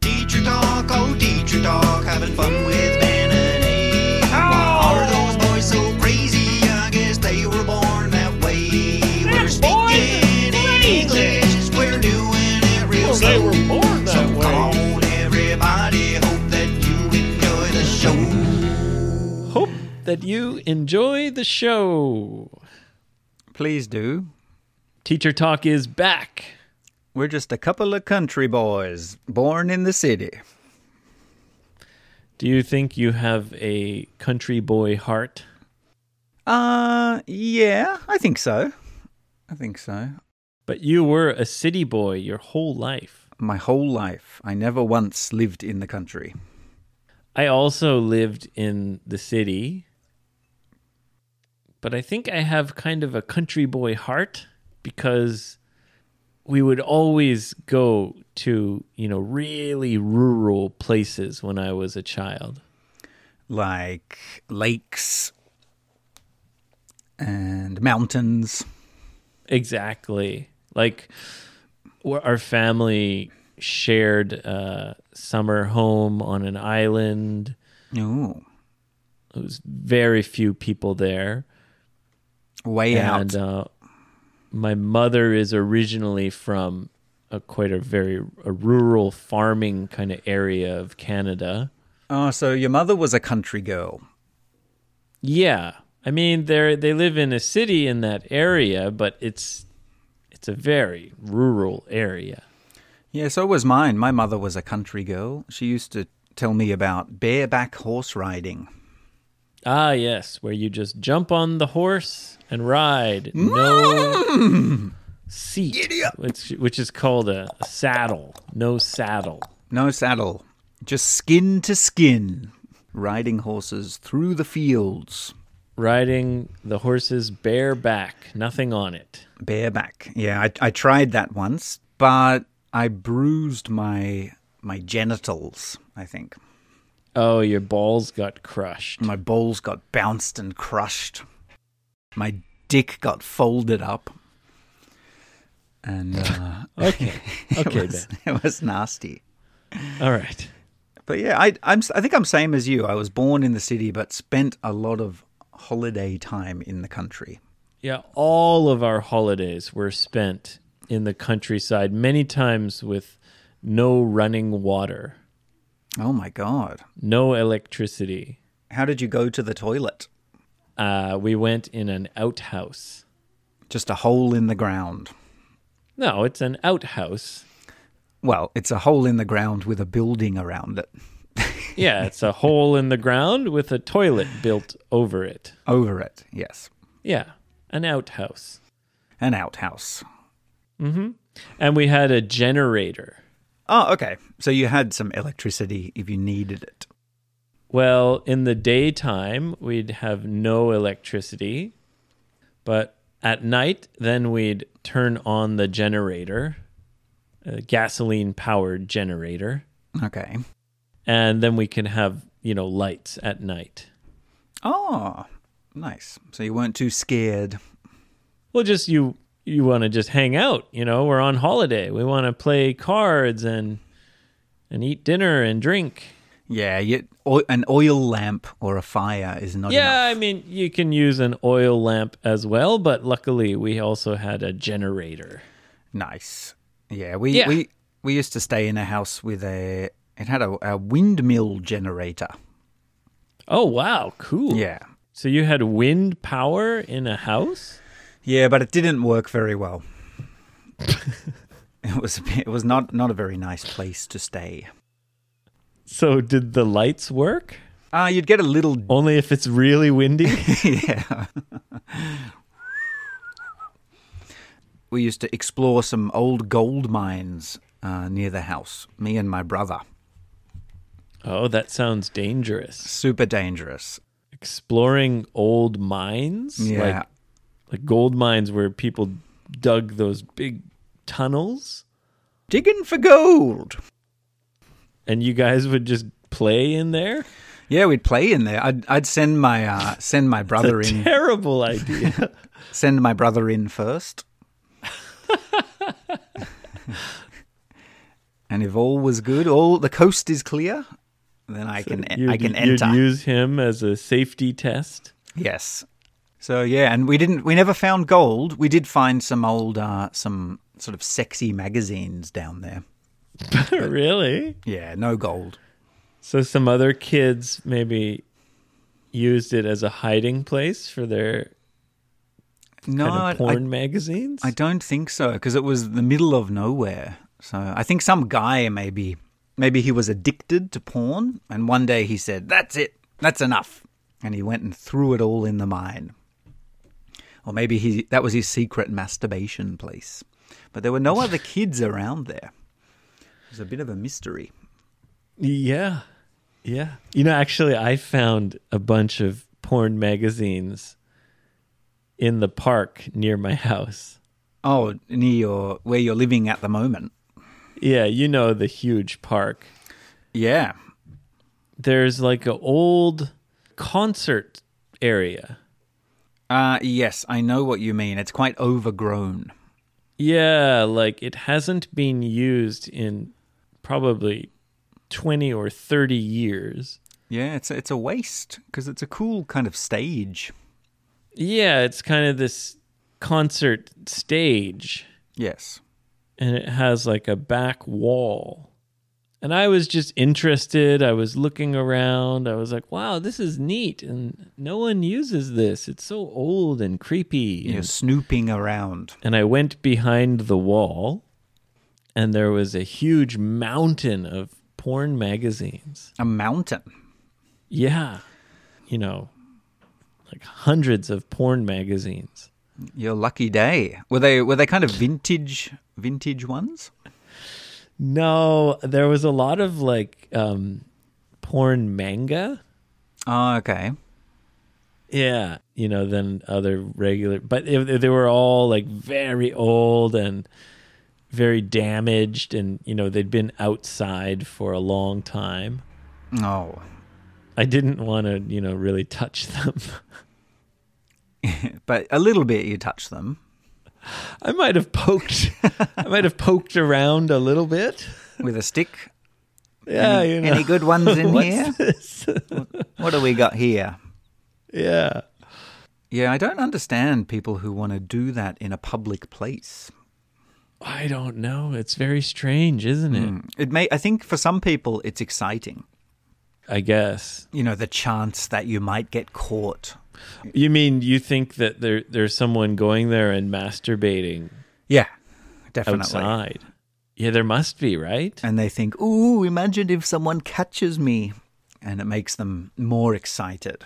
teacher talk, oh teacher talk, having fun with Ben and Abe. Oh. Why are those boys so crazy? I guess they were born that way. We're speaking in English, we're doing it real They slow. were born So that come way. on, everybody, hope that you enjoy the show. Hope that you enjoy the show. Please do. Teacher Talk is back. We're just a couple of country boys born in the city. Do you think you have a country boy heart? Uh, yeah, I think so. I think so. But you were a city boy your whole life. My whole life, I never once lived in the country. I also lived in the city. But I think I have kind of a country boy heart because we would always go to, you know, really rural places when I was a child. Like lakes and mountains. Exactly. Like wh- our family shared a summer home on an island. Ooh, There was very few people there. way And out. uh, my mother is originally from a quite a very a rural farming kind of area of Canada. Oh, so your mother was a country girl. Yeah. I mean, they they live in a city in that area, but it's it's a very rural area. Yeah, so was mine. My mother was a country girl. She used to tell me about bareback horse riding. Ah, yes, where you just jump on the horse and ride. No seat, which, which is called a, a saddle. No saddle. No saddle, just skin to skin, riding horses through the fields. Riding the horse's bare back, nothing on it. Bareback. Yeah, I, I tried that once, but I bruised my my genitals, I think. Oh, your balls got crushed. My balls got bounced and crushed. My dick got folded up. And uh, Okay, it, okay was, then. it was nasty. All right. But yeah, I, I'm. I think I'm same as you. I was born in the city, but spent a lot of holiday time in the country. Yeah, all of our holidays were spent in the countryside, many times with no running water, Oh my god! no electricity. How did you go to the toilet? Uh, we went in an outhouse. Just a hole in the ground. No, it's an outhouse. Well, it's a hole in the ground with a building around it, Yeah, it's a hole in the ground with a toilet built over it. over it. Yes, Yeah, an outhouse. Mm-hmm. an outhouse. And we had a generator. Oh, okay. So you had some electricity if you needed it. Well, in the daytime, we'd have no electricity. But at night, then we'd turn on the generator, a gasoline powered generator. Okay. And then we can have, you know, lights at night. Oh, nice. So you weren't too scared. well just you you want to just hang out you know we're on holiday we want to play cards and and eat dinner and drink Yeah, you, o- an oil lamp or a fire is not enough. yeah i mean you can use an oil lamp as well but luckily we also had a generator Nice. Yeah, we Yeah. we we used to stay in a house with a it had a, a windmill generator. oh wow cool Yeah. so you had wind power in a house Yeah, but it didn't work very well. it was a bit- it was not not a very nice place to stay. so did the lights work Ah, you'd get a little only if it's really windy yeah. we used to explore some old gold mines uh, near the house. Me and my brother. oh that sounds dangerous Super dangerous. exploring old mines Yeah. like like gold mines where people dug those big tunnels Digging for gold. and you guys would just play in there Yeah, we'd play in there. I'd I'd send my uh, send my brother a in terrible idea send my brother in first. And if all was good, all the coast is clear, then I can You'd- I can you'd enter. use him as a safety test. Yes. So yeah, and we didn't we never found gold. We did find some old uh some sort of sexy magazines down there. really? Yeah, no gold. So some other kids maybe used it as a hiding place for their No, kind I- of porn magazines. I, I don't think so because it was the middle of nowhere. So I think some guy maybe maybe he was addicted to porn and one day he said, "That's it. That's enough." And he went and threw it all in the mine. Or maybe he that was his secret masturbation place. But there were no other kids around there. It was a bit of a mystery. yeah, yeah. You know, actually, I found a bunch of porn magazines in the park near my house. Oh, near your where you're living at the moment. Yeah, you know the huge park. Yeah. There's like an old concert area. Uh yes, I know what you mean. It's quite overgrown. Yeah, like it hasn't been used in probably 20 or 30 years. Yeah, it's a, it's a waste because it's a cool kind of stage. Yeah, it's kind of this concert stage Yes. and it has like a back wall. And I was just interested. I was looking around. I was like, wow, this is neat. And no one uses this. It's so old and creepy. You're And snooping around. and I went behind the wall, and there was a huge mountain of porn magazines. A mountain. Yeah, you know, like hundreds of porn magazines. Your lucky day. Were they were they kind of vintage vintage ones? No, there was a lot of like um, porn manga. Oh, okay. Yeah, you know, than other regular, but if- they were all like very old and very damaged, and you know they'd been outside for a long time. Oh. I didn't want to, you know, really touch them. But a little bit you touch them. I might have poked, I might have poked around a little bit. With a stick. Yeah, any, you know. any good ones in What's here? this? What do we got here? yeah. Yeah, I don't understand people who want to do that in a public place. I don't know. It's very strange, isn't it? Mm. It may I think for some people it's exciting. I guess. You know, the chance that you might get caught. You mean you think that there there's someone going there and masturbating Yeah. Definitely. outside? Yeah, there must be, right? And they think, "Ooh, imagine if someone catches me." And it makes them more excited.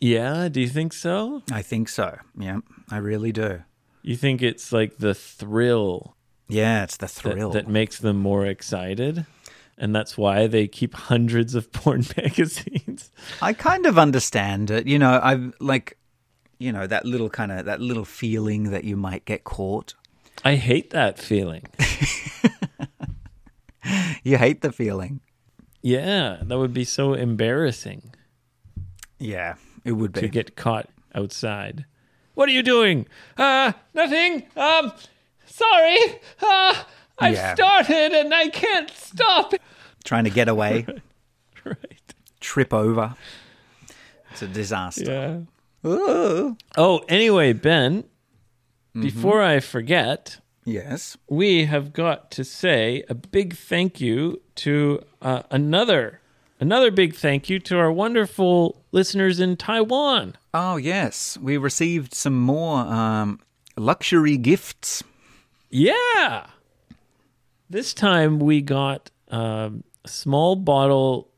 Yeah, do you think so? I think so. Yeah, I really do. You think it's like the thrill Yeah, it's the that, thrill. that makes them more excited. And that's why they keep hundreds of porn magazines. I kind of understand it. You know, I've like you know, that little kind of that little feeling that you might get caught. I hate that feeling. You hate the feeling. Yeah, that would be so embarrassing Yeah, it would be. to get caught outside. What are you doing? Uh, nothing. Um, sorry. Uh, I've Yeah. started and I can't stop. trying to get away, Right. trip over. It's a disaster. Yeah. Ooh. Oh, anyway, Ben, before I forget, Yes. we have got to say a big thank you to uh, another another big thank you to our wonderful listeners in Taiwan. Oh, yes. We received some more um, luxury gifts. Yeah, this time we got um, a small bottle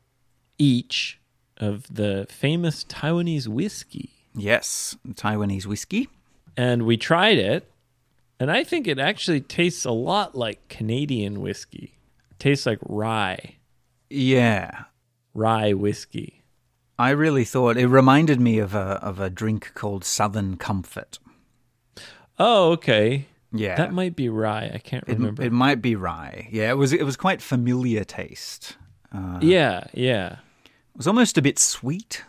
each of the famous Taiwanese whiskey, Yes, Taiwanese whiskey. and we tried it, and I think it actually tastes a lot like Canadian whiskey. tastes like rye, Yeah. rye whiskey. I really thought it reminded me of a of a drink called Southern Comfort. Oh, okay. Yeah. That might be rye. I can't it, remember. it might be rye. Yeah, it was it was quite familiar taste. yeah, yeah. It was almost a bit sweet.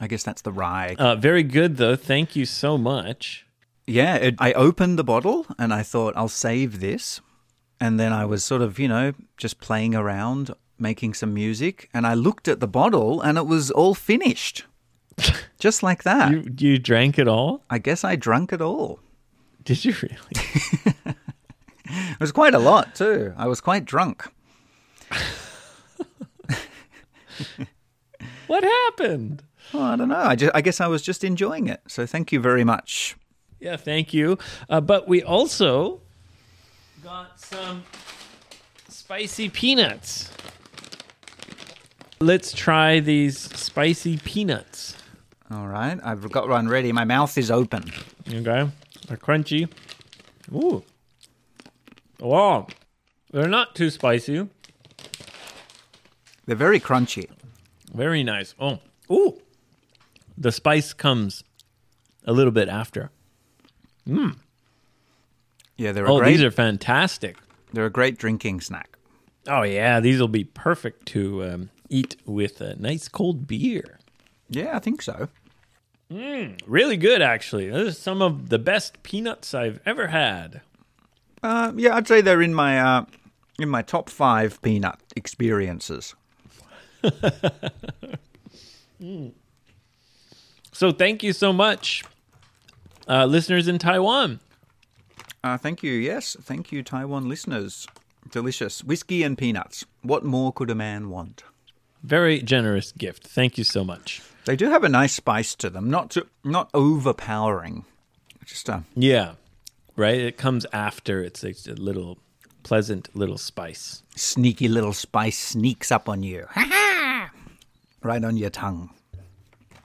I guess that's the rye. Uh, very good though. Thank you so much. Yeah, it, I opened the bottle and I thought I'll save this. and then I was sort of, you know, just playing around, making some music, and I looked at the bottle and it was all finished. just like that. You you drank it all? I guess I drunk it all. Did you really? It was quite a lot, too. I was quite drunk. what happened? Oh, I don't know. I, just, I guess I was just enjoying it. So thank you very much. Yeah, thank you. Uh, but we also got some spicy peanuts. Let's try these spicy peanuts. All right. I've got one ready. My mouth is open. Okay, they're crunchy. Ooh, wow, they're not too spicy. They're very crunchy. Very nice. Oh, ooh, the spice comes a little bit after. Yeah, they're a Oh, great these are fantastic. they're a great drinking snack. Oh yeah, these will be perfect to um, eat with a nice cold beer. Yeah, I think so. Really good, actually. This is some of the best peanuts I've ever had. Uh, yeah, I'd say they're in my uh, in my top five peanut experiences. So thank you so much, uh, listeners in Taiwan. Uh, thank you. Yes, thank you, Taiwan listeners. Delicious whiskey and peanuts. What more could a man want? Very generous gift. Thank you so much. They do have a nice spice to them, not too, not overpowering. Just uh, a Yeah, right. It comes after. It's a, a little pleasant little spice. sneaky little spice sneaks up on you, right on your tongue.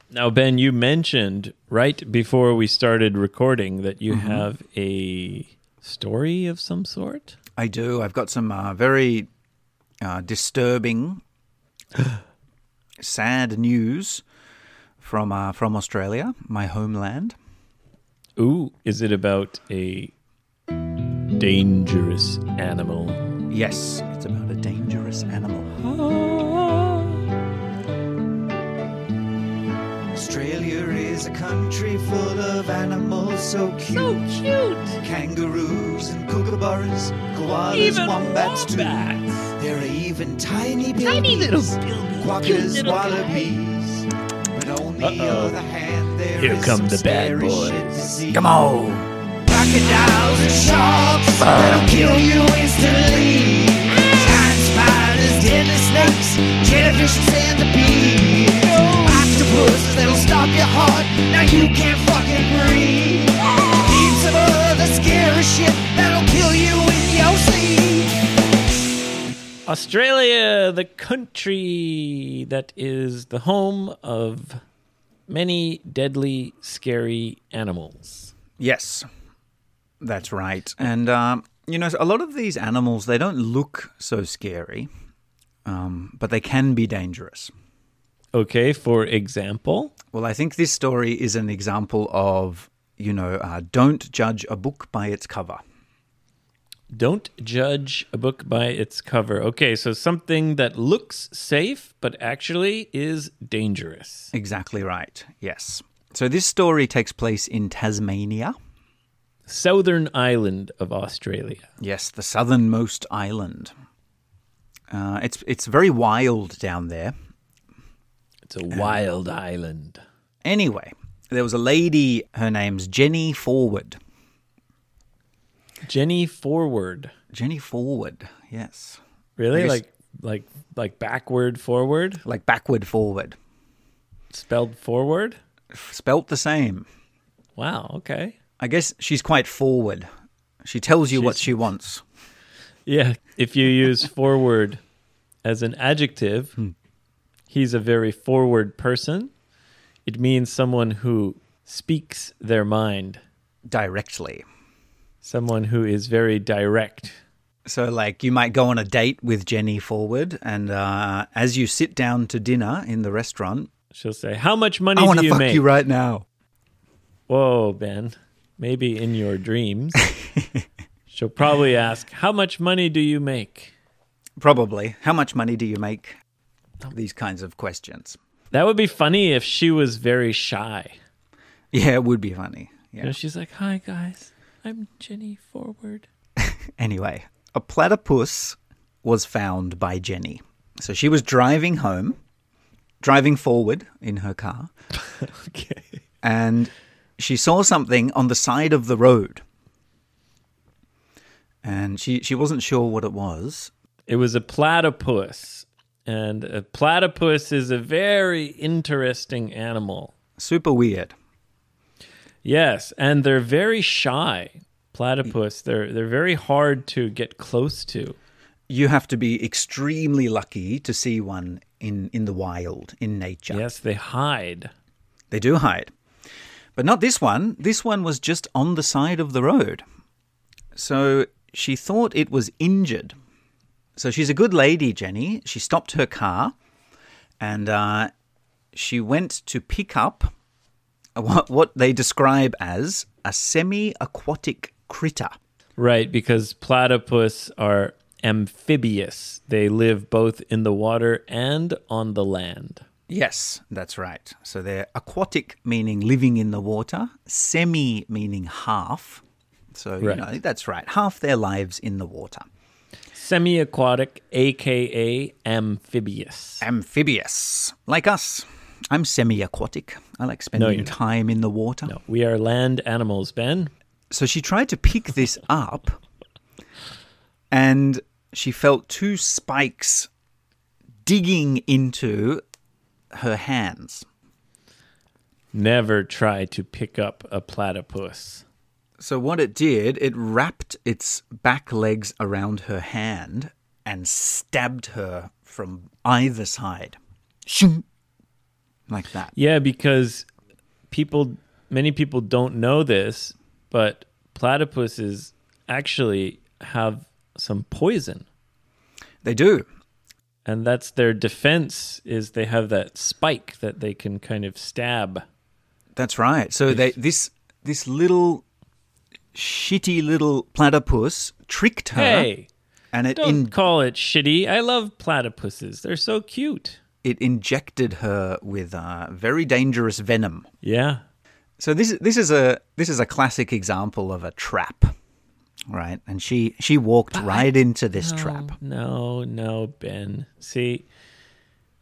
Now, Ben, you mentioned right before we started recording that you have a story of some sort. I do. I've got some uh, very uh, disturbing, sad news from uh, from Australia, my homeland. Ooh, is it about a dangerous animal? Yes, it's about a dangerous animal. Australia is a country full of animals so cute. So cute. Kangaroos and kookaburras, koalas, Even wombats, wombats. too. There are even tiny babies, Tiny little quackers, cute little wallabies. But on the Uh-oh. other hand, there Here is some come the bad scary boys. shit to see. Come on. Crocodiles and sharks that'll kill you instantly. Giant spiders, deadly snakes, jellyfish and centipedes. Octopuses that'll stop your heart, now you can't fucking breathe. Heaps of other scary shit that'll kill you in your sleep. Australia, the country that is the home of many deadly, scary animals. Yes, that's right. And um, you know, a lot of these animals they don't look so scary, um, but they can be dangerous. Okay, for example, Well, I think this story is an example of you know, uh, don't judge a book by its cover. don't judge a book by its cover. Okay, so something that looks safe but actually is dangerous. Exactly right. Yes. So this story takes place in Tasmania. Southern island of Australia. Yes, the southernmost island. Uh, it's it's very wild down there. It's a wild island. Anyway, there was a lady. Her name's Jenny Forward. Jenny Forward. Jenny Forward. Yes, Really? guess- Like like like backward forward? like backward forward, Spelled forward? spelt the same. Wow, okay. I guess she's quite forward. She tells you what She's- she wants. Yeah, if you use forward as an adjective, he's a very forward person. It means someone who speaks their mind, directly. someone who is very direct. So, like, you might go on a date with Jenny Forward, and uh, as you sit down to dinner in the restaurant, She'll say, "How much money I want do to you fuck make?" you right now. Whoa, Ben. Maybe in your dreams. She'll probably ask, How much money do you make? Probably. How much money do you make? These kinds of questions. That would be funny if she was very shy. Yeah, it would be funny. You know, Yeah. she's like, Hi, guys. I'm Jenny Forward. Anyway, eh? a platypus was found by Jenny. So she was driving home, driving forward in her car, Okay. and she saw something on the side of the road. And she, she wasn't sure what it was. It was a platypus. And a platypus is a very interesting animal. Super weird. Yes, and they're very shy. Platypus, they're they're very hard to get close to. You have to be extremely lucky to see one in, in the wild, in nature. Yes, they hide. They do hide. But not this one. This one was just on the side of the road. So she thought it was injured. So she's a good lady, Jenny. She stopped her car and uh, she went to pick up what, what they describe as a semi aquatic critter. Right, because platypus are amphibious. They live both in the water and on the land. Yes, that's right. So they're aquatic, meaning living in the water, semi, meaning half. So, you Right. know, that's right. Half their lives in the water. Semi aquatic, aka amphibious. amphibious, like us. I'm semi aquatic. I like you're spending not. time in the water. No, we are land animals, Ben. So she tried to pick this up and she felt two spikes digging into her hands. Never try to pick up a platypus. So what it did, it wrapped its back legs around her hand and stabbed her from either side. Shing. Like that. Yeah, because people, many people don't know this, but platypuses actually have some poison, They do. and that's their defense. Is they have that spike that they can kind of stab. That's right. So they, this this little shitty little platypus tricked her, Hey, and it don't in, call it shitty. I love platypuses. They're so cute. it injected her with uh, very dangerous venom. Yeah, So this this is a this is a classic example of a trap, right? And she she walked right into this trap. No, no, Ben. See,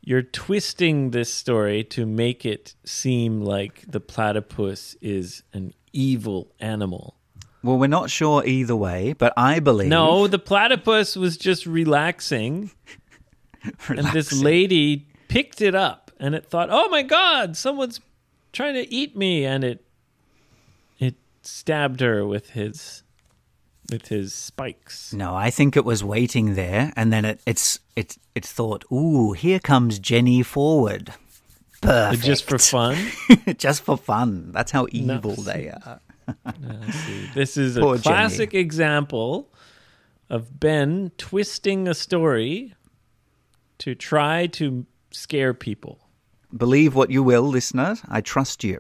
you're twisting this story to make it seem like the platypus is an evil animal. Well, we're not sure either way, but I believe No, the platypus was just relaxing, and this Relaxing. lady picked it up and it thought, "Oh my god, someone's trying to eat me." And it it stabbed her with his with his spikes. No, I think it was waiting there, and then it, it's it it thought, "Ooh, here comes Jenny forward." Perfect. Just for fun. just for fun. That's how evil they are. This is a Poor Jenny. classic example of Ben twisting a story to try to scare people. Believe what you will, listeners. I trust you.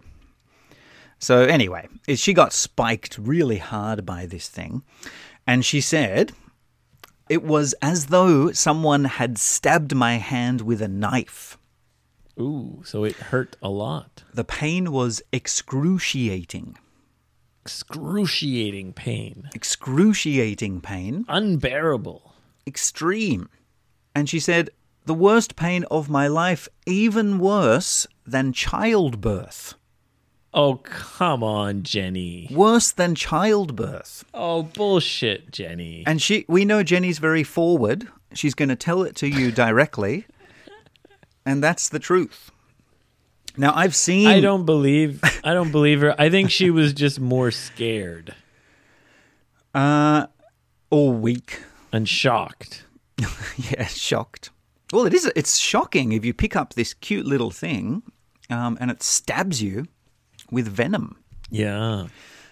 So, anyway, it- she got spiked really hard by this thing. And she said, It was as though someone had stabbed my hand with a knife. Ooh, so it hurt a lot. The pain was excruciating. Excruciating pain, Excruciating pain. unbearable. Extreme. And she said, The worst pain of my life, even worse than childbirth. Oh, come on, Jenny. worse than childbirth. Oh, bullshit, Jenny. And she, we know Jenny's very forward. She's going to tell it to you directly, and that's the truth. Now I've seen. I don't believe I don't believe her. I think she was just more scared all week. and shocked. Yeah, shocked. Well, it is. It's shocking if you pick up this cute little thing, um, and it stabs you with venom. Yeah.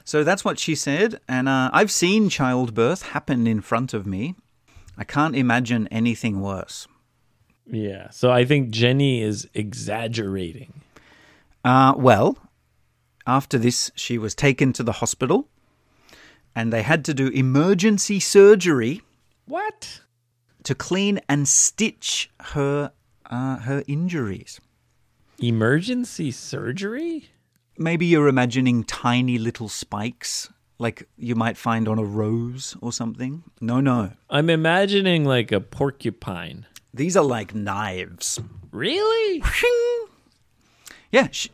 So that's what she said, and uh, I've seen childbirth happen in front of me. I can't imagine anything worse. Yeah. So I think Jenny is exaggerating. Uh, well, after this, she was taken to the hospital and they had to do emergency surgery What? to clean and stitch her, uh, her injuries. Emergency surgery? Maybe you're imagining tiny little spikes like you might find on a rose or something. No, no. I'm imagining like a porcupine. These are like knives. Really? Yeah. She,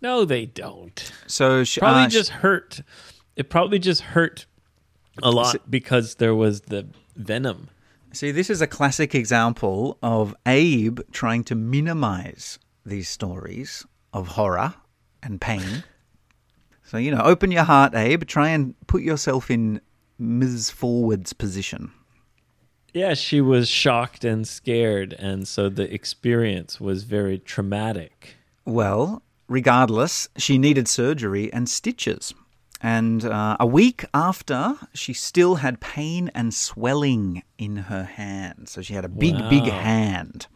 No, they don't. so she, Probably uh, she- just hurt. It probably just hurt a lot because there was the venom. see, this is a classic example of Abe trying to minimize these stories of horror and pain. So, you know, open your heart, Abe. Try and put yourself in Ms. Forward's position. Yeah, she was shocked and scared, and so the experience was very traumatic. Well, regardless, she needed surgery and stitches. And uh, a week after, she still had pain and swelling in her hand. So she had a big, big Wow. hand.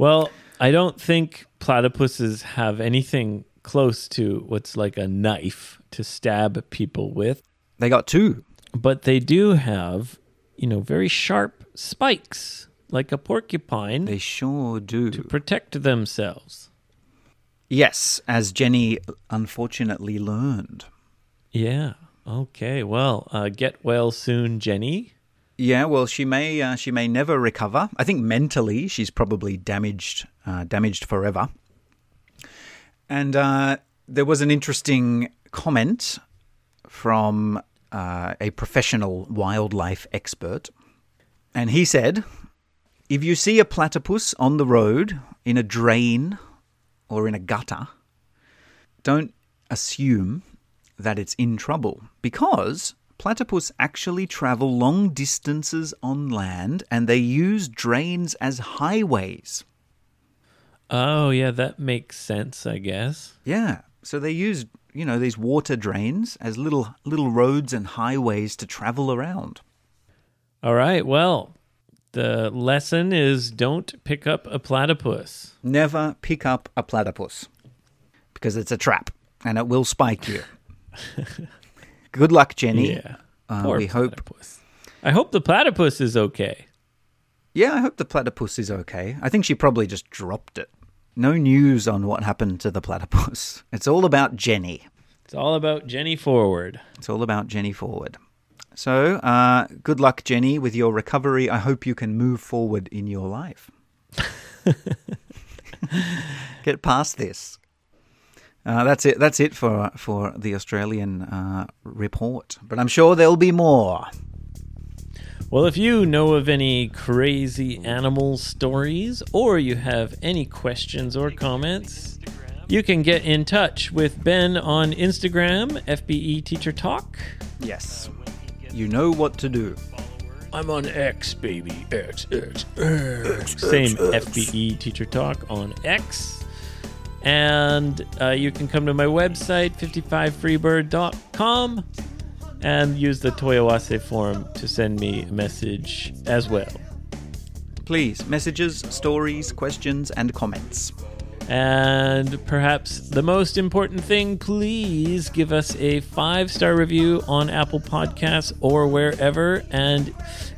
Well, I don't think platypuses have anything close to what's like a knife to stab people with, They got two. but they do have, you know, very sharp spikes like a porcupine They sure to do. protect themselves. Yes, as Jenny unfortunately learned. Yeah. Okay. Well, uh, get well soon, Jenny. Yeah, well, she may uh, she may never recover. I think mentally she's probably damaged uh, damaged forever. And uh, there was an interesting comment from uh, a professional wildlife expert, and he said, "If you see a platypus on the road in a drain or in a gutter, don't assume that it's in trouble because platypus actually travel long distances on land and they use drains as highways. Oh, yeah, that makes sense, I guess. Yeah. So they use, you know, these water drains as little little roads and highways to travel around. All right. Well, the lesson is don't pick up a platypus. Never pick up a platypus because it's a trap and it will spike you. Good luck, Jenny. Yeah. Uh, Poor we hope platypus. I hope the platypus is okay. Yeah, I hope the platypus is okay. I think she probably just dropped it. No news on what happened to the platypus. It's all about Jenny. It's all about Jenny Forward. It's all about Jenny Forward. So, uh, good luck, Jenny, with your recovery. I hope you can move forward in your life. Get past this. Uh, that's it. That's it for for the Australian uh, report. But I'm sure there'll be more. Well, if you know of any crazy animal stories or you have any questions or comments, you can get in touch with Ben on Instagram, FBE Teacher Talk. Yes, you know what to do. I'm on X, baby. X, X, X. Same FBE Teacher Talk on X. And uh, you can come to my website, 55freebird.com, and use the Toyawase form to send me a message as well. Please, messages, stories, questions, and comments. And perhaps the most important thing, please give us a five star review on Apple Podcasts or wherever. And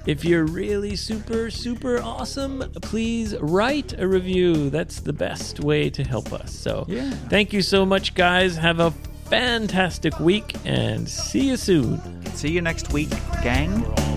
if you're really super, super awesome, please write a review. That's the best way to help us. So Yeah. thank you so much, guys. Have a fantastic week and see you soon. See you next week, gang.